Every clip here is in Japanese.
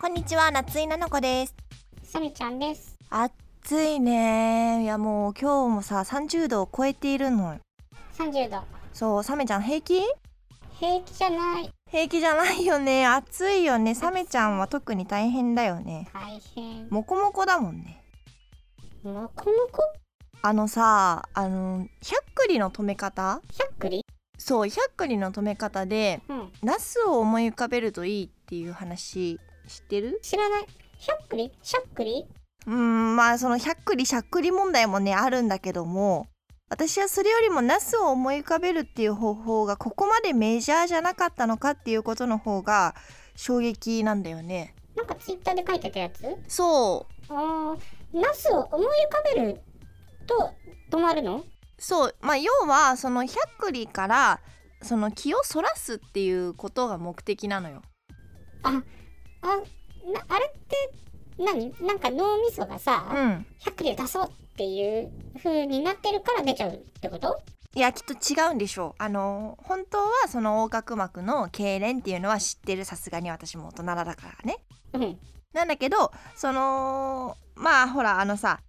こんにちは、夏井菜々子です。サミちゃんです。暑いねいやもう今日もさ、30度を超えているの。 30度。そう、サメちゃん平気平気じゃない。平気じゃないよね。暑いよね。サメちゃんは特に大変だよね。大変。モコモコだもんね。もこもこあのさ、あの、百栗の止め方百栗そう、百栗の止め方で、うん。ナスを思い浮かべるといいっていう話知ってる知らない。百栗しゃっくりうーんまあそのひゃっくりしゃっくり問題もねあるんだけども私はそれよりもナスを思い浮かべるっていう方法がここまでメジャーじゃなかったのかっていうことの方が衝撃なんだよね。なんかツイッターで書いてたやつそうあー、ナスを思い浮かべると止まるのそうまあ要はそのひゃっくりからその気をそらすっていうことが目的なのよ。あ、な、あれって何なんか脳みそがうさ、ん。百栗を出そうっていう風になってるから出ちゃうってこといやきっと違うんでしょう。あの本当はその横隔膜の痙攣っていうのは知ってるさすがに私も大人だからね。うん。なんだけどそのまあほらあのさ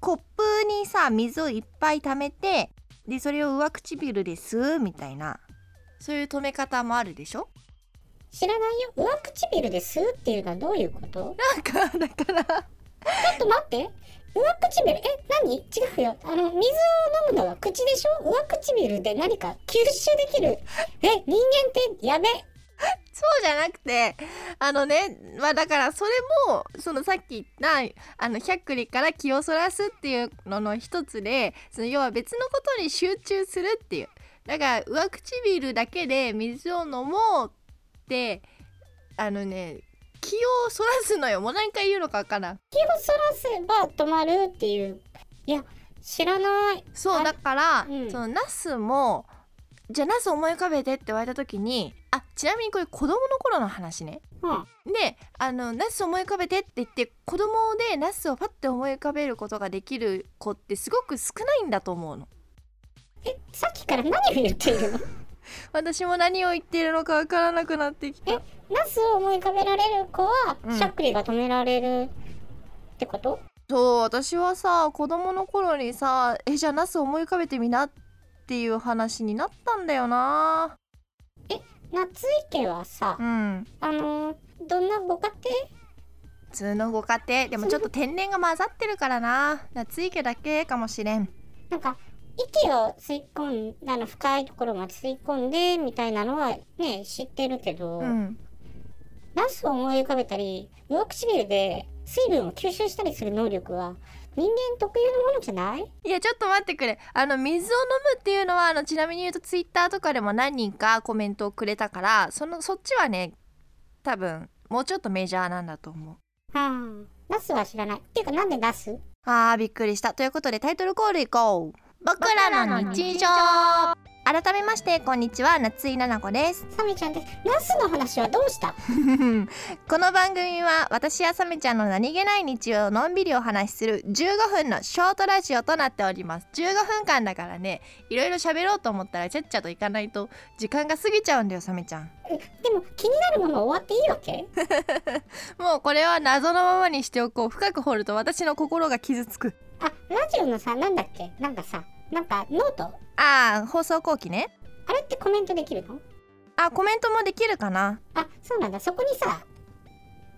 コップにさ水をいっぱい溜めてでそれを上唇で吸うみたいなそういう止め方もあるでしょ知らないよ。上唇で吸うっていうのはどういうことなんかだからちょっと待って。上唇、え、何違うよ。あの、水を飲むのは口でしょ上唇で何か吸収できる。え、人間ってやべ。そうじゃなくてあのねまあだからそれもそのさっき言ったあの百栗から気をそらすっていうのの一つでその要は別のことに集中するっていうだから上唇だけで水を飲もうってあのね気をそらすのよもう何回言うのかわからん気をそらせば止まるっていう。いや、知らない。そうあだから、うんそのナスもじゃあナス思い浮かべてって言われた時にあちなみにこれ子供の頃の話ねうん。であのナス思い浮かべてって言って子供でナスをパッて思い浮かべることができる子ってすごく少ないんだと思うのえ、さっきから何を言っているの私も何を言ってるのかわからなくなってきたナスを思い浮かべられる子はう、んしゃっくりが止められるってこと、そう私はさ子供の頃にさえじゃあナス思い浮かべてみなっていう話になったんだよな夏池はさう、んあのーどんなご家普通のご家庭でもちょっと天然が混ざってるからな夏池だけかもしれん庭なんか、息を吸い込んだの深いところまで吸い込んでみたいなのはね知ってるけど、うんナスを思い浮かべたり上唇で水分を吸収したりする能力は人間特有のものじゃないいやちょっと待ってくれあの水を飲むっていうのはあのちなみに言うとツイッターとかでも何人かコメントをくれたからそのそっちはね多分もうちょっとメジャーなんだと思ううんナスは知らないっていうかなんでナスあーびっくりしたということでタイトルコールいこう僕らの日常改めましてこんにちは夏井菜々子ですサメちゃんですナスの話はどうした この番組は私やサメちゃんの何気ない日常をのんびりお話しする15分のショートラジオとなっております15分間だからねいろいろ喋ろうと思ったらちゃっちゃと行かないと時間が過ぎちゃうんだよサメちゃんでも気になるもの終わっていいわけもうこれは謎のままにしておこう深く掘ると私の心が傷つくあラジオのさなんだっけなんかさなんかノートああ放送後期ねあれってコメントできるのあコメントもできるかなあそうなんだそこにさ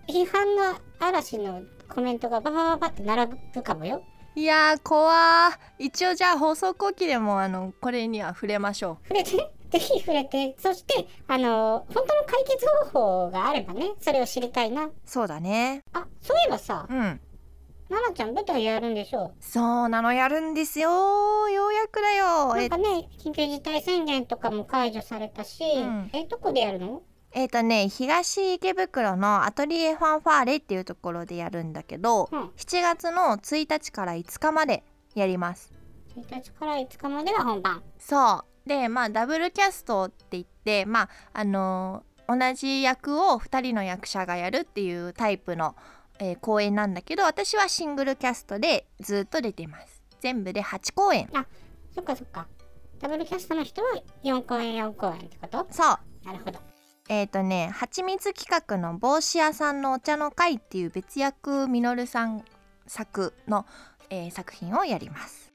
批判の嵐のコメントがババババって並ぶかもよいやー怖ー一応じゃあ放送後期でもあのこれには触れましょう触れて、 ぜひ触れて、そして、あの、本当の解決方法があればね、それを知りたいな。そうだねあ、そういえばさ、うん奈々ちゃん舞台やるんでしょそうなのやるんですよようやくだよなえんかね、緊急事態宣言とかも解除されたし、んえ、どこでやるのえーとね東池袋のアトリエファンファーレっていうところでやるんだけどうん。1 7月の1日から5日までやります日から5日までが本番。そうでまあダブルキャストって言ってまああのー同じ役を2人の役者がやるっていうタイプの、えー公演なんだけど私はシングルキャストでずっと出てます全部で8公演そっかそっか。ダブルキャストの人は4公演4公演ってことそうなるほど。えっ、とね蜂蜜企画の帽子屋さんのお茶の会っていう別役みのるさん作の、えー作品をやります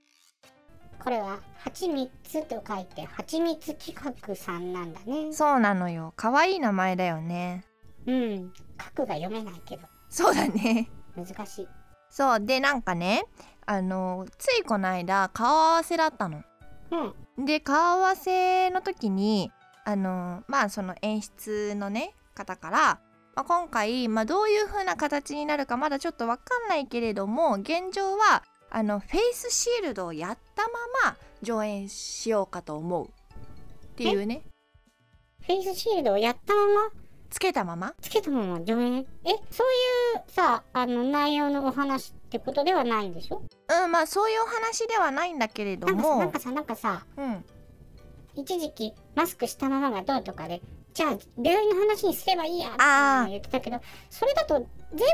これは「蜂蜜」と書いて「蜂蜜企画さん」なんだねそうなのよ可愛い名前だよねうん書くが読めないけどそうだね難しいそうでなんかねあのついこの間顔合わせだったのうんで顔合わせの時にあのまあその演出のね方から、まあ、今回、まあ、どういう風な形になるかまだちょっと分かんないけれども現状はあのフェイスシールドをやったまま上演しようかと思うっていうねフェイスシールドをやったままつけたままつけたまま上演えそういうさあの内容のお話ってことではないんでしょうんまあそういうお話ではないんだけれどなんかさもなんかさなんかさうん一時期マスクしたままがどうとかでじゃあ病院の話にすればいいやってあー言ってたけどそれだと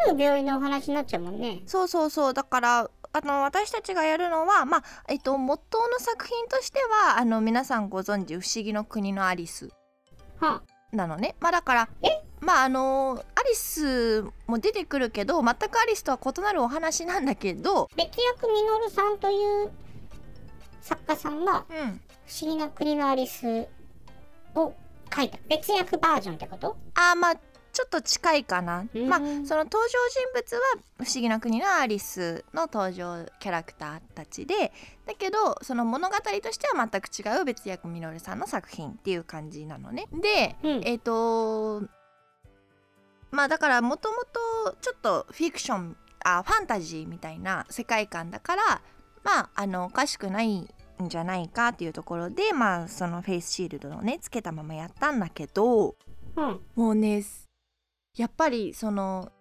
全部病院のお話になっちゃうもんねそうそうそうだからあの私たちがやるのはまあえっと元の作品としてはあの皆さんご存知不思議の国のアリス」はなのねまあだからまああのアリスも出てくるけど全くアリスとは異なるお話なんだけど、別役みのるさんという作家さんがうん、 「不思議な国のアリス」を書いた別役バージョンってことあーまあちょっと近いかな、うんまあその登場人物は「不思議な国のアリス」の登場キャラクターたちでだけどその物語としては全く違う別役みのるさんの作品っていう感じなのね。でうんえっ、とまあだからもともとちょっとフィクションあファンタジーみたいな世界観だからまああのおかしくないんじゃないかっていうところでまあそのフェイスシールドをねつけたままやったんだけどうんもうねやっぱりその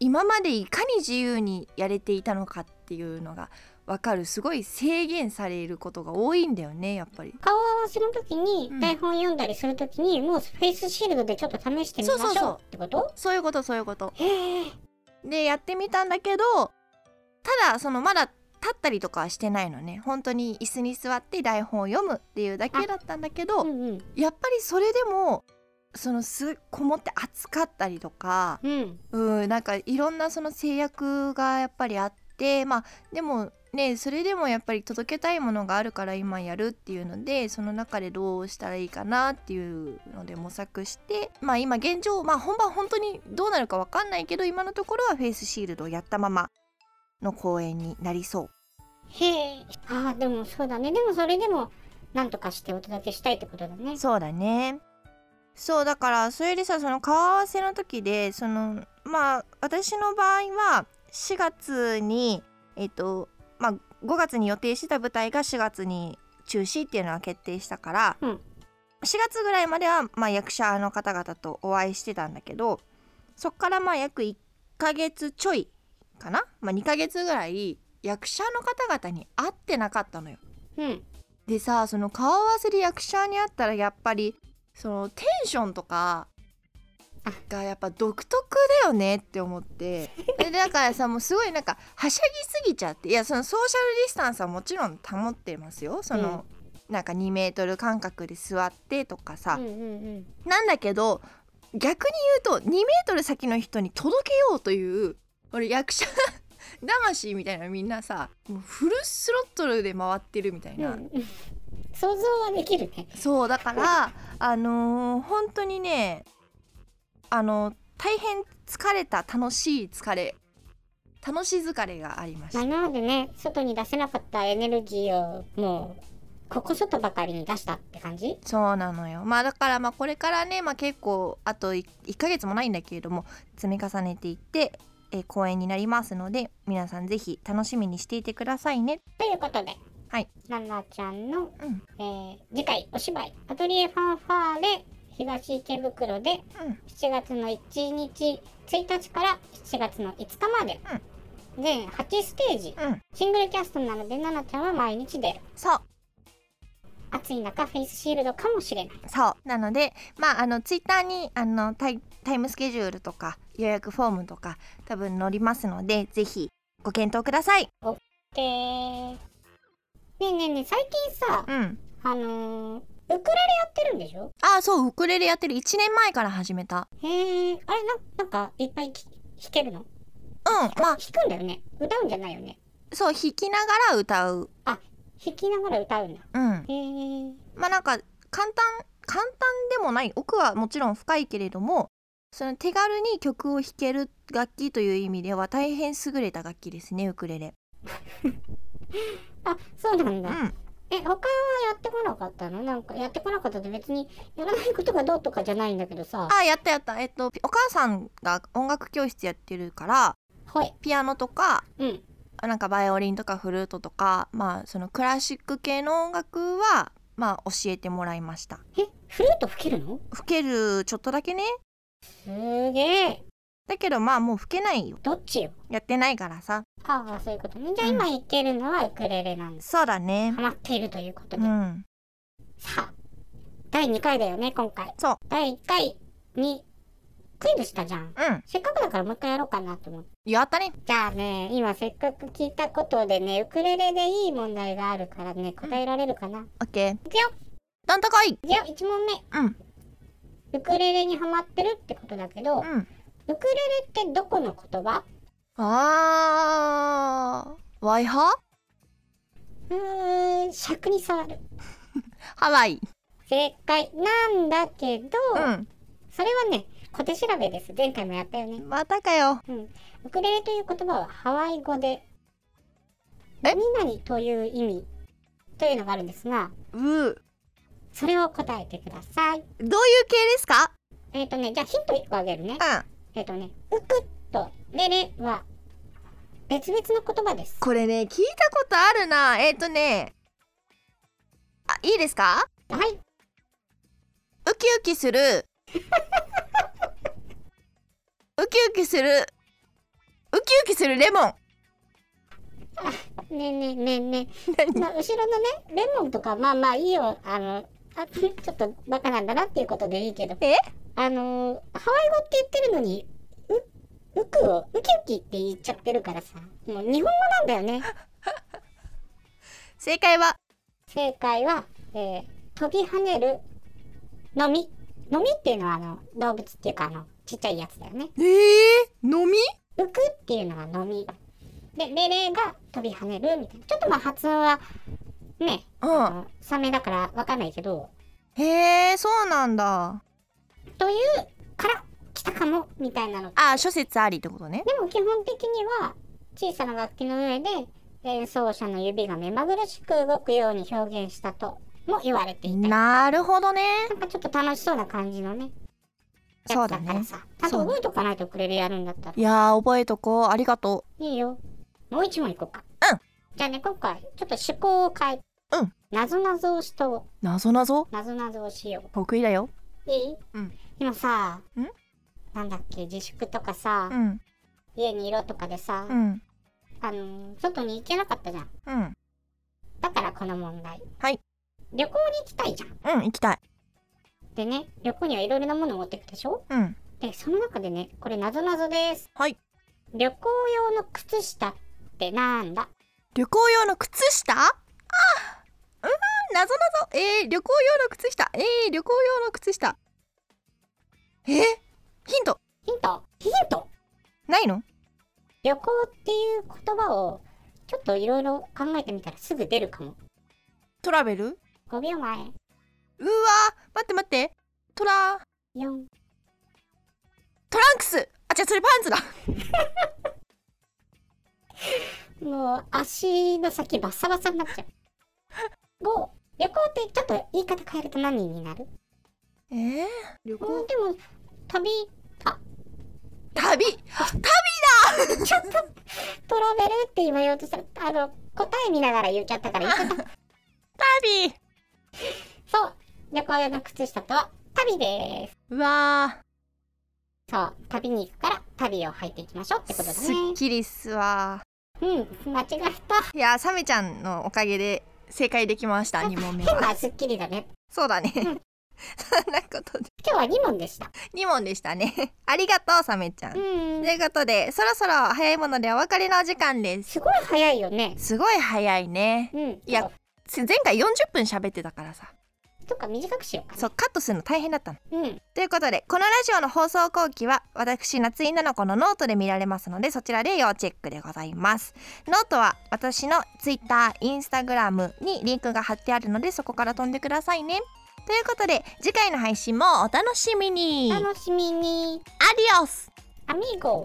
今までいかに自由にやれていたのかっていうのがわかるすごい制限されることが多いんだよねやっぱり。顔合わせの時にうん台本読んだりする時にもうフェイスシールドでちょっと試してみまそうしそうょそううってことそういうことそういうこと。へえでやってみたんだけどただそのまだ立ったりとかはしてないのね本当に椅子に座って台本を読むっていうだけだったんだけど、うんうんやっぱりそれでもそのすこもって暑かったりとかうんうんなんかいろんなその制約がやっぱりあってまあでもねそれでもやっぱり届けたいものがあるから今やるっていうのでその中でどうしたらいいかなっていうので模索してまあ今現状まあ本番本当にどうなるかわかんないけど今のところはフェイスシールドをやったままの公演になりそう。へえあーでもそうだねでもそれでもなんとかしてお届けしたいってことだねそうだねそうだからそれでさその顔合わせの時でそのまあ私の場合は4月にえっとまあ5月に予定してた舞台が4月に中止っていうのは決定したから、うん4月ぐらいまでは、まあ、役者の方々とお会いしてたんだけどそっからまあ約1ヶ月ちょいかな、まあ、2ヶ月ぐらい役者の方々に会ってなかったのよ。うんでさその顔合わせで役者に会ったらやっぱりそのテンションとかあがやっぱ独特だよねって思ってでだからさもうすごいなんかはしゃぎすぎちゃっていやそのソーシャルディスタンスはもちろん保ってますよその、なんか2メートル間隔で座ってとかさうん、うんうんなんだけど逆に言うと2メートル先の人に届けようという俺役者 魂みたいなのみんなさもうフルスロットルで回ってるみたいな。うん想像はできるね。そうだからあのー本当にねあの大変疲れた楽しい疲れ楽しい疲れがありましまあ、た今までね外に出せなかったエネルギーをもうここ外ばかりに出したって感じそうなのよまあだからまあこれからね、まあ、結構あと 1, ヶ月もないんだけれども積み重ねていって、えー公演になりますので皆さんぜひ楽しみにしていてくださいねということで、はい、ナナちゃんの、うんえー次回お芝居「アトリエファンファーレ東池袋」でうん7月の1日1日から7月の5日まで、全8ステージうんシングルキャストなのでナナちゃんは毎日出るそう暑い中フェイスシールドかもしれないそうなのでまああのツイッターにあのタイタイムスケジュールとか予約フォームとか多分載りますのでぜひご検討くださいでねえねえねえ最近さ、うんあのーウクレレやってるんでしょあそうウクレレやってる1年前から始めたへえ、あれな、なんかいっぱいき弾けるのうんまあ弾くんだよね歌うんじゃないよねそう弾きながら歌う弾きながら歌うんだ。うんへえ。まあなんか簡単簡単でもない奥はもちろん深いけれどもその手軽に曲を弾ける楽器という意味では大変優れた楽器ですねウクレレ。あ、そうなんうだ。ん、え、他はやってこなかったのなんかやってこなかったって別にやらないことがどうとかじゃないんだけどさ。あやったやったえっとお母さんが音楽教室やってるからはい。ピアノとかうん。なんかバイオリンとかフルートとかまあそのクラシック系の音楽はまあ教えてもらいました。え、フルート吹けるの吹けるちょっとだけねすげえ。だけどまあもう吹けないよどっちよ。やってないからさああ、そういうことね。じゃあ今言ってるのはウクレレなんです。そうだねハマっているということうで。んさあ、第2回だよね、今回。そう。第1回にクイズしたじゃん。うんせっかくだからもう一回やろうかなと思って。やったねじゃあね、今せっかく聞いたことでね、ウクレレでいい問題があるからね、答えられるかな。オッケーいくよどんとこいじゃあ1問目。うんウクレレにハマってるってことだけど、ウクうんレレってどこの言葉あーワイハうーん、尺に触る。ハワイ正解なんだけど、うんそれはね、小手調べです。前回もやったよね。またかよウクレレという言葉はハワイ語で、え何々という意味というのがあるんですが、うーそれを答えてください。どういう系ですかえっ、とね、じゃあヒント1個あげるね。うんえっ、とね、ウクとレレは別々の言葉です。これね聞いたことあるなえっ、とねあいいですかはい、ウキウキする ウキウキするウキウキするレ モンねえねえねえねえ。何まあ、後ろのね、レモンとか、まあまあいいよ。あの、あちょっとバカなんだなっていうことでいいけど。えあのーハワイ語って言ってるのに、う、ウクをウキウキって言っちゃってるからさ。もう日本語なんだよね。正解は正解は、えー飛び跳ねる、のみ。のみっていうのはあの、動物っていうかあの、ちっちゃいやつだよね。えー、飲み浮くっていうのがのみでレレが飛び跳ねるみたいなちょっとまあ発音はねうあのサメだからわかんないけどんへえそうなんだというから来たかもみたいなのあ諸説ありってことねでも基本的には小さな楽器の上で演奏者の指が目まぐるしく動くように表現したとも言われていたなるほどねなんかちょっと楽しそうな感じのねそやうつだだからねさあと覚えとかないとくれるやるんだったらいやー覚えとこうありがといいよ。もう一問いこうか。うんじゃあね、今回、ちょっと趣向を変えて。うん。なぞなぞをしと、うなぞなぞなぞなぞをしよ得意だよう。いいうん。今さ、んなんだっけ、自粛とかさ、ん家にいろとかでさ、うんあのー、外に行けなかったじゃん。うんだからこの問題。はい。旅行に行きたいじゃん。うん行きたいでね、旅行にはいろいろなものを持ってくでしょうんで、その中でね、これなぞなぞです。はい旅行用の靴下ってなんだ旅行用の靴下あうーんなぞなぞえー、旅行用の靴下えー、旅行用の靴下えー、ヒントヒントヒントないの旅行っていう言葉をちょっといろいろ考えてみたらすぐ出るかも。トラベル5秒前。うわー待って待ってトラ4。トランクスあじゃそれパンツだもう足の先バッサバサになっちゃう。5。旅行ってちょっと言い方変えると何になるえー、旅うん、でも、旅、旅トラベルって今言おうとしたら、あの、答え見ながら言っちゃったから言い方。旅そう。旅行用の靴下とは、旅です。うわそう。旅に行くから、旅を履いていきましょうってーことだすっね。きりっすわうん。間違えた。いやーサメちゃんのおかげで正解できました2問目変はなスッキリだね。そうだね そんなことで今日は2問でした。 2問でしたねありがとうサメちゃん、うんということでそろそろ早いものでお別れのお時間ですすごい早いよね。すごい早いねうん。いや前回40分喋ってたからさとか短くしようかなそうカットするの大変だったのうんということでこのラジオの放送後期は私夏井菜々子のノートで見られますのでそちらで要チェックでございますノートは私の Twitter、Instagram にリンクが貼ってあるのでそこから飛んでくださいねということで次回の配信もお楽しみにアデ楽しみにィオスアミーゴ